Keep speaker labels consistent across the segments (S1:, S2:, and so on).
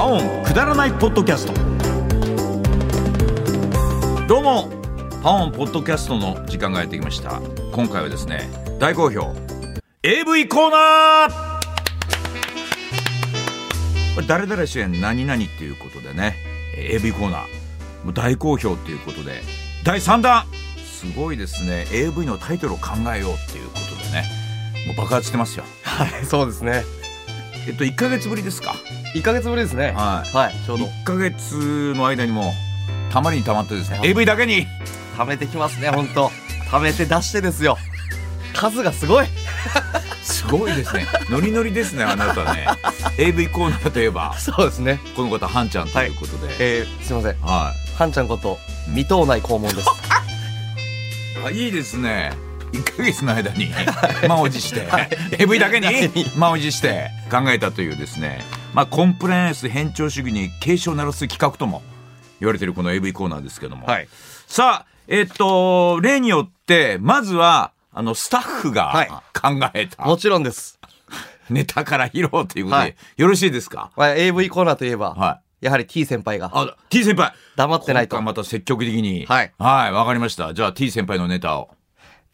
S1: オンくだらないポッドキャストどうもパオンポッドキャストの時間がやってきました今回はですね大好評 AV コーナーこれ誰々主演何々っていうことでねえー AV コーナーもう大好評ということで第3弾すごいですね AV のタイトルを考えようっていうことでねもう爆発してますよ
S2: はい、 そうですね。
S1: えっと1ヶ月ぶりですか
S2: 一ヶ月ぶりですね。
S1: はい
S2: はい、ちょうど。
S1: 1ヶ月の間にもたまりにたまってですね
S2: はい
S1: AV だけに
S2: 貯めてきますね、本当。貯めて出してですよ。数がすごい。
S1: すごいです ねノリノリですねあなたね AV コーナーといえば
S2: そうですね。
S1: この方はんちゃんということで、
S2: えー、すいません。
S1: は
S2: はんちゃんこと、未党内肛門です。
S1: いあいいですね1ヶ月の間に満を持して、AV だけに
S2: だけに
S1: 満を持して考えたというですね、まあ、コンプライアンス偏重主義に警鐘を鳴らす企画とも言われているこの AV コーナーですけども、
S2: はい。
S1: さあ、えっと、例によって、まずは、あの、スタッフ
S2: はい
S1: が考えた、
S2: もちろんです。
S1: ネタから披露ということで、
S2: はい
S1: よろしいですか
S2: まあ、AV コーナーといえば、
S1: は
S2: やはり T 先輩が
S1: あ、T 先輩
S2: 黙ってないと
S1: 今回。また積極的に。
S2: はい
S1: はい、わかりました。じゃあ T 先輩のネタを。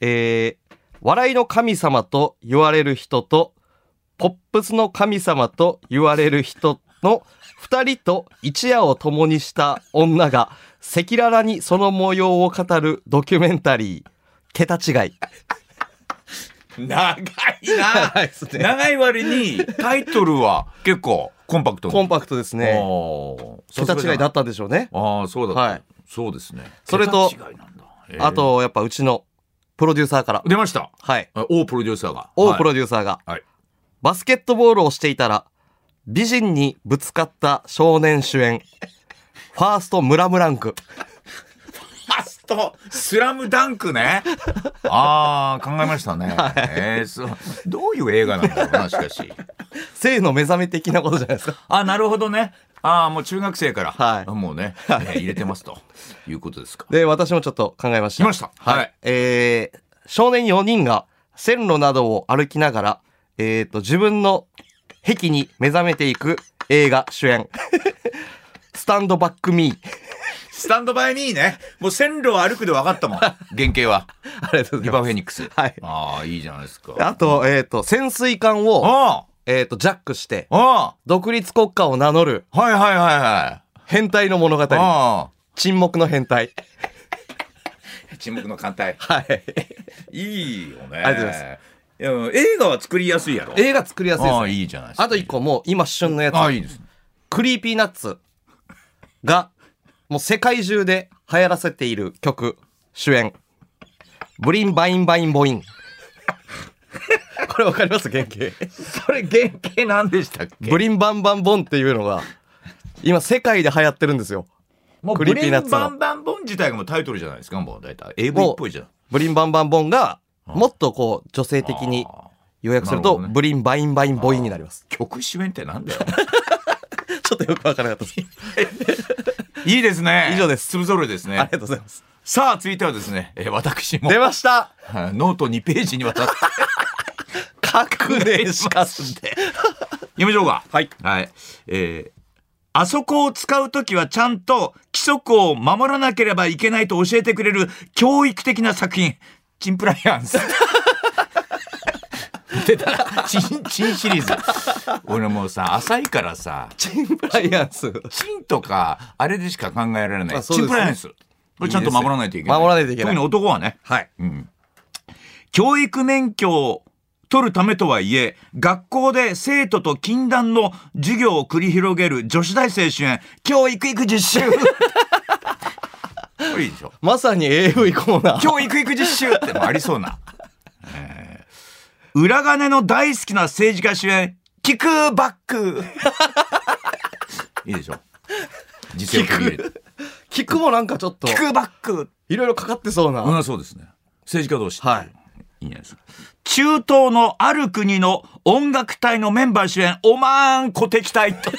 S2: えー、笑いの神様と言われる人と、ポップスの神様と言われる人の二人と一夜を共にした女が赤裸々にその模様を語るドキュメンタリー、桁違い。
S1: 長いな
S2: いです。
S1: 長い割に、タイトルは結構コンパクトに
S2: コンパクトですね。
S1: おーさす
S2: 桁
S1: がじゃな
S2: 違いだったんでしょうね。
S1: ああ、そうだった。
S2: はい
S1: そうですね。
S2: それと
S1: 桁違いなんだ、えー
S2: あ、と、やっぱうちのプロデューサーから。
S1: 出ました。
S2: はい。
S1: あ王プロデューサーが。
S2: 王プロデューサーが、
S1: はい
S2: バスケットボールをしていたら美人にぶつかった少年主演ファーストムラムランク
S1: ファーストスラムダンクね。ああ、考えました ね。えーそうどういう映画なんだろうな、しかし。
S2: 性の目覚め的なことじゃないですか
S1: あなるほどね。ああ、もう中学生から、
S2: はい
S1: もうね、えー入れてますということですか。
S2: で私もちょっと考えまし
S1: 来
S2: た
S1: ました。はい。
S2: えー少年4人が線路などを歩きながら、えー、と自分の壁に目覚めていく映画主 演スタンドバックミー
S1: スタンドバイミーね。もう線路を歩くで分かったもん。原型 は。
S2: ありがとう
S1: リ
S2: ござい
S1: バ
S2: ま
S1: フェニックス。
S2: はい
S1: ああ、いいじゃないですか。
S2: すあと,、えー、と潜水艦
S1: お
S2: を、
S1: あ
S2: えー、とジャックして
S1: あ
S2: 独立国家を名乗る
S1: はいはいはいはい。
S2: 変態の物語。
S1: あ
S2: 沈黙の変態。
S1: あ。沈黙の艦隊。
S2: はい。
S1: いいよね。
S2: ありがとうござい
S1: ます。いや映画は作りやすいやろ。
S2: 映画作りやすいです
S1: ああ、
S2: ね。
S1: いいじゃないですか。
S2: あと一個もう今旬のやつ。
S1: ああ、いいですね。
S2: クリーピーナッツが、もう世界中で流行らせている曲、主演。ブリンバインバインボイ ン。これわかります原型。
S1: それ原型なんでしたっけ
S2: ブリンバンバンボンっていうのが、今世界で流行ってるんですよ。
S1: もう
S2: クリーピーナッツの
S1: ブレンバンバンボン自体がもうタイトルじゃないですかもう大体 AV
S2: もう
S1: っぽいじゃん
S2: ブリンバンバンボンが、もっとこう、女性的に
S1: あー
S2: 要約す
S1: な
S2: る
S1: る
S2: と、
S1: ほどね
S2: ブリンバインバインボインになります。
S1: 曲主演ってなんだよ
S2: ちょっとよくわからなかったです。
S1: いいですね
S2: 以上です
S1: 粒揃いですね
S2: ありがとうございます。
S1: さあ続いてはですね、えー私も
S2: 出ました
S1: はい ノート2ページにわたって
S2: 確認しかすで。
S1: 読みましょうか
S2: はい。
S1: はいえーあそこを使うときはちゃんと規則を守らなければいけないと教えてくれる教育的な作品。チンプライアンス。 出た。チン、チンシリーズ。俺もうさ、浅いからさ、
S2: チンプライアンス。
S1: チンとか、あれでしか考えられない。
S2: あそう
S1: チ
S2: ですね
S1: ンプライアンス。これちゃんと守らないといけない。
S2: いいですね守らないといけない
S1: 特に男はね。
S2: はい。
S1: うん。教育免許を取るためとはいえ、学校で生徒と禁断の授業を繰り広げる女子大生主演、教育育実 習。これいいでしょ。
S2: まさに AV コーナー。
S1: 教育育実習ってもありそうな。えー裏金の大好きな政治家主演、キクーバック。 いいでしょ。実力入れて
S2: 聞くもなんかちょっと、
S1: キクーバック。
S2: いろいろかかってそうな。
S1: うん、そうですね。政治家同士。
S2: はい。
S1: いいんじゃないですか。中東のある国の音楽隊のメンバー主演、オマーン古敵隊と。こ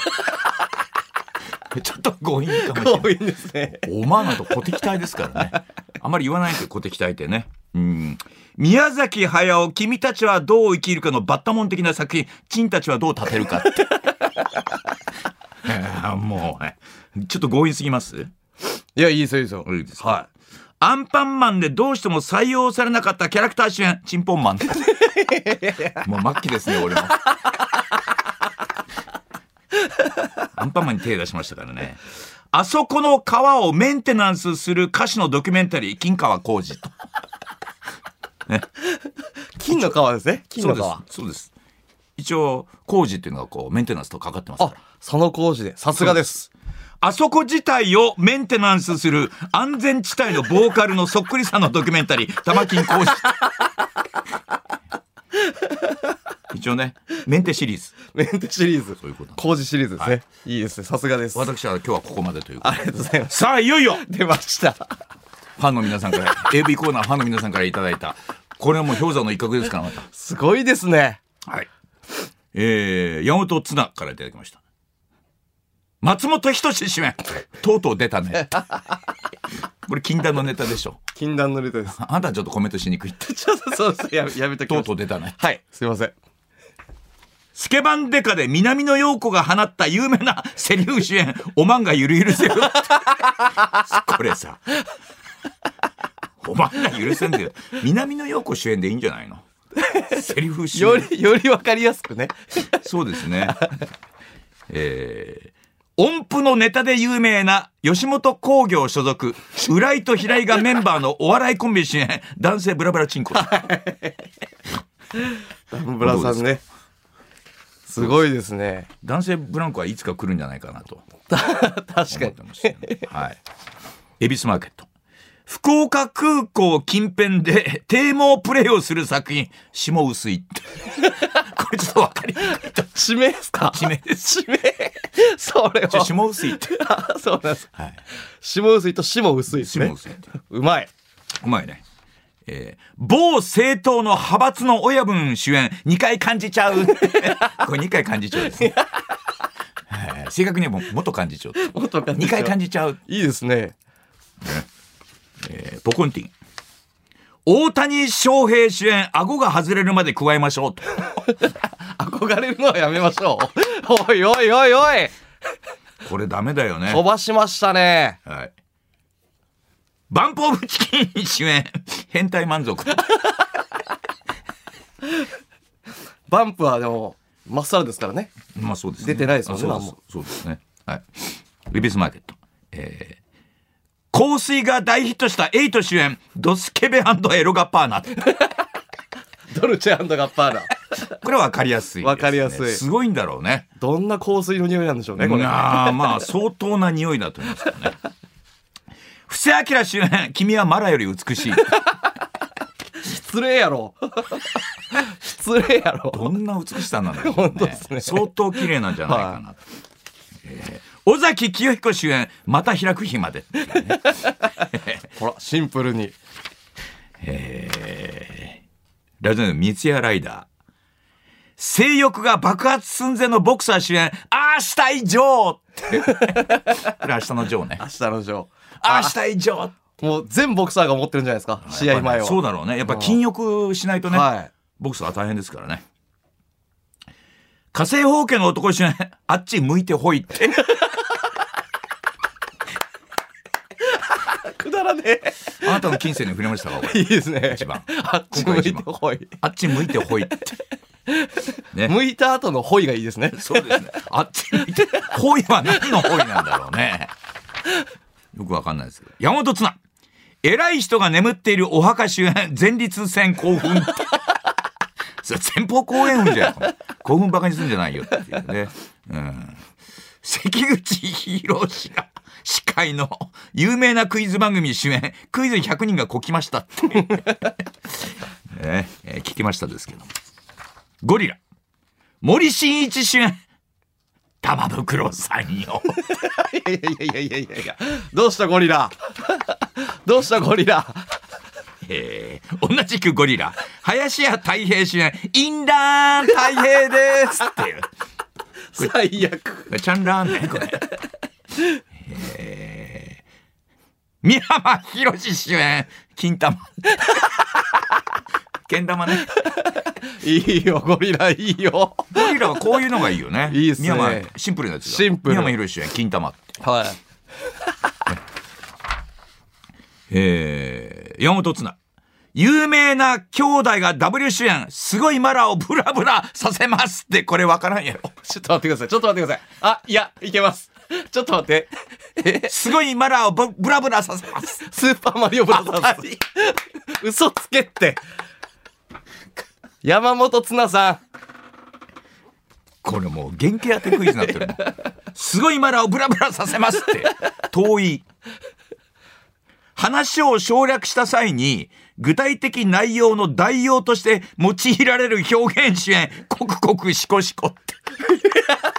S1: れ ちょっと強引かもしれない。
S2: 多いんですね。
S1: オマーンだと古敵隊ですからね。あんまり言わないですよ、古敵隊ってね。うん。宮崎駿、君たちは どう生きるかのバッタモン的な作品、チンたちはどう立てるかって。もうちょっと強引すぎます
S2: いや、いいですよ、いいですよ。
S1: いいですかはいアンパンマンでどうしても採用されなかったキャラクター主演チンポンマ ンもう末期ですね俺もアンパンマンに手出しましたからねあそこの川をメンテナンスする歌手のドキュメンタリー金川浩二と
S2: 金の川ですね。金の川。
S1: そうですそうです一応工事っていうのがこうメンテナンスとかかってますか
S2: あ
S1: ら、
S2: 佐野工事で。さすがです。
S1: あそこ自体をメンテナンスする安全地帯のボーカルのそっくりさんのドキュメンタリー、玉金 工事。一応ね、メンテシリーズ。
S2: メンテシリーズ。
S1: そういうことなんです
S2: 工事シリーズですね。いいですね。さすがです。あ
S1: 私は今日はここまでということ
S2: り
S1: で
S2: がとうございます。
S1: さあ、いよいよ
S2: 出ました。
S1: ファンの皆さんから、AV コーナーファンの皆さんからいただいた、これはもう氷山の一角ですから、また。
S2: すごいですね。
S1: はい。えー、山本綱からいただきました。松本人志主演。とうとう出た ね。これ禁断のネタでしょ。
S2: 禁断のネタです。
S1: ああんたはちょっとコメントしにくいって。
S2: ちょっとそうです。ややめとき
S1: と
S2: ま
S1: う
S2: す
S1: とう出たね。
S2: はい。すいません。
S1: スケバンデカで南野陽子が放った有名なセリフ主演、おまんがゆるゆるせよ。 これさ、おまんが許せんだよ。南野陽子主演でいいんじゃないのセリフ主
S2: よ
S1: 演。
S2: り、よりわかりやすくね。
S1: そうですね。えー音符のネタで有名な吉本興業所属、浦井と平井がメンバーのお笑いコンビ主演、男性ブラブラチンコ。
S2: ダンブラさんね。すごいですね。
S1: 男性ブランコはいつか来るんじゃないかなと。
S2: 確
S1: 思
S2: か
S1: っ
S2: に
S1: て。ましたよね。はい。恵比寿マーケット。福岡空港近辺で 低毛プレイをする作品、下薄いって。 これちょっとわかりにくいと。
S2: 指名ですか
S1: 地名です。
S2: 指名それ
S1: ちょ
S2: は。
S1: 下薄いって。
S2: あそうなんです。
S1: はい。
S2: 下薄いと下薄いです
S1: 下
S2: ね。
S1: 薄いって。
S2: うまい。
S1: うまいね。えー某政党の派閥の親分主演、2回感じちゃう。 これ2回感じちゃう ですね。はい正確にはもう元幹事長。
S2: 元幹事長
S1: 2回感じちゃう。
S2: いいですね。
S1: えーポコンティン。大谷翔平主演、顎が外れるまで加えましょうと。
S2: 憧れるのはやめましょ う。おいおいおいおい
S1: これダメだよね。
S2: 飛ばしましたね。
S1: はい。バンポーブチキン主演、変態満 足。
S2: バンプはでも、まっさらですからね。
S1: まあそうですね。
S2: 出てないですもん
S1: あ
S2: ね
S1: そうそうそうですね。はい。リビスマーケット。えー、香水が大ヒットしたエイト主演、ドスケベエロガッパーナ。
S2: ドルチェガッパーナ。
S1: これはわかりやすいですね。
S2: わかりやすい
S1: すごいんだろうね。
S2: どんな香水の匂いなんでしょうね、これ。
S1: ああまあ相当な匂いだと思いますけどね布施明主演君はマラより美しい
S2: 失礼や ろ。失礼やろ。
S1: どんな美しさなんだろう
S2: 本当
S1: ね
S2: ですね
S1: 相当綺麗なんじゃないかな、えー尾崎清彦主演また開く日まで、
S2: ほら、シンプルに。
S1: えーラジオネーム三ツ矢ライダー性欲が爆発寸前のボクサー主演明日以上って これ明日のジョーね
S2: 明日のジョ
S1: 明日以上
S2: ー。もう全ボクサーが持ってるんじゃないですか、試合前は。
S1: そうだろうねやっぱ禁欲しないとね、
S2: はい。
S1: ボクサーは大変ですからね。火星放家の男一緒に、あっち向いてほいって。
S2: くだらね
S1: あなたの近世に触れましたかこ
S2: え。
S1: れ
S2: いいですね
S1: 一。番。
S2: あっち向いてほい。
S1: あっち向いてほいって。ね。
S2: 向いた後のほいがいいですね。
S1: そうですね。あっち向いて、ほいは何のほいなんだろうね。よくわかんないですけど。山本綱。偉い人が眠っているお墓周辺、前立腺興奮って。それ前方後円墳じゃん。興奮バカにするんじゃないよっていうね。うん。関口博士が司会の有名なクイズ番組主演、クイズ100人がこきましたっていう。ねえー聞きましたですけども。ゴリラ。森進一主演。玉袋さんよ。
S2: いやいやいやいやいやいやどうしたゴリ ラどうしたゴリラ
S1: えー同じくゴリラ。林家太平主演。インラーン太平ですっていう。
S2: 最悪。
S1: これチャンラーメンこれ。えー三山ひろし主演、金玉。 けん玉ね。
S2: いいよ、ゴリラ、いいよ。
S1: ゴリラはこういうのがいいよね。
S2: いいっすね
S1: 宮前シンプルなやつだ。
S2: シンプル
S1: 宮前博主演、金玉って。
S2: はい。
S1: えー、山本綱。有名な兄弟が W 主演、すごいマラをブラブラさせますって、これわからんやろ。
S2: ちょっと待ってください。ちょっと待ってください。あ、いや、いけます。ちょっと待って。え
S1: すごいマラをブブラブラさせます。
S2: スーパーマリオブラザーズ。嘘つけって。山本綱さ
S1: これもう原型当てクイズになってるもん。すごいマラをブラブラさせますって。遠い。話を省略した際に、具体的内容の代用として用いられる表現主演、コクコクシコシコって。
S2: ん。カ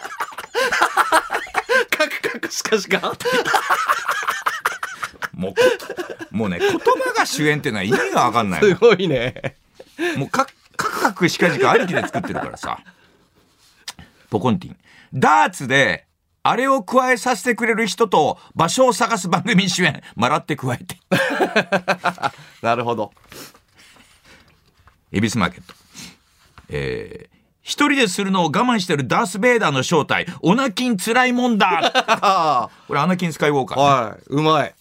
S2: クカクしかしか。
S1: もうこ、もうね、言葉が主演ってのは意味がわかんないの
S2: すごいね。
S1: もうか、カクカクしかじかありきで作ってるからさ。ポコンティン。ダーツで、あれを加えさせてくれる人と場所を探す番組主演、笑って加えて。
S2: なるほど。
S1: 恵比寿マーケット。えー一人でするのを我慢してるダース・ベイダーの正体、オナキンつらいもんだ
S2: あ
S1: これアナキン・スカイウォーカ
S2: あ。
S1: ー。
S2: はい。うまい。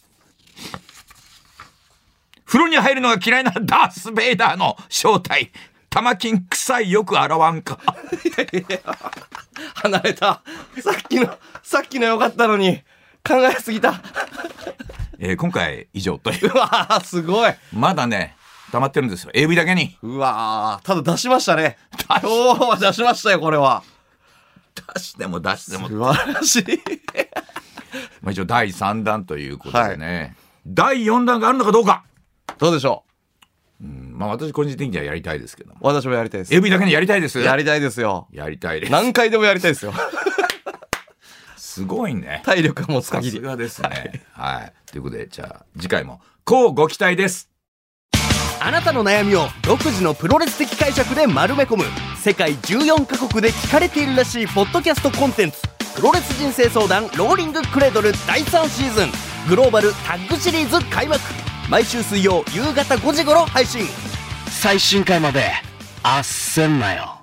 S1: 風呂に入るのが嫌いなダース・ベイダーの正体、玉金臭いよく洗わんか。
S2: 離れた。さっきの、さっきの良かったのに、考えすぎた。
S1: えー今回以上という。
S2: うわあ、すごい。
S1: まだね、溜まってるんですよ。AV だけに。
S2: うわあ、ただ出しましたね。今日は出しましたよ、これは。
S1: 出しても出しても。
S2: 素晴らしい。
S1: まあ、一応第3弾ということでね、第4弾があるのかどうか、
S2: どうでしょ
S1: うんまあ私個人的にはやりたいですけども。
S2: う私もやりたいです。
S1: AV だけにやりたいです。
S2: やりたいですよ。
S1: やりたいです。
S2: 何回でもやりたいですよ。
S1: すごいね。
S2: 体力が持つ
S1: さ
S2: 限
S1: す
S2: り。
S1: がですね。はい。ということで、じゃあ次回も、こうご期待です。
S3: あなたの悩みを独自のプロレス的解釈で丸め込む世界14カ国で聞かれているらしいポッドキャストコンテンツ「プロレス人生相談ローリングクレードル」第3シーズングローバルタッグシリーズ開幕毎週水曜夕方5時頃配信最新回まであっせんなよ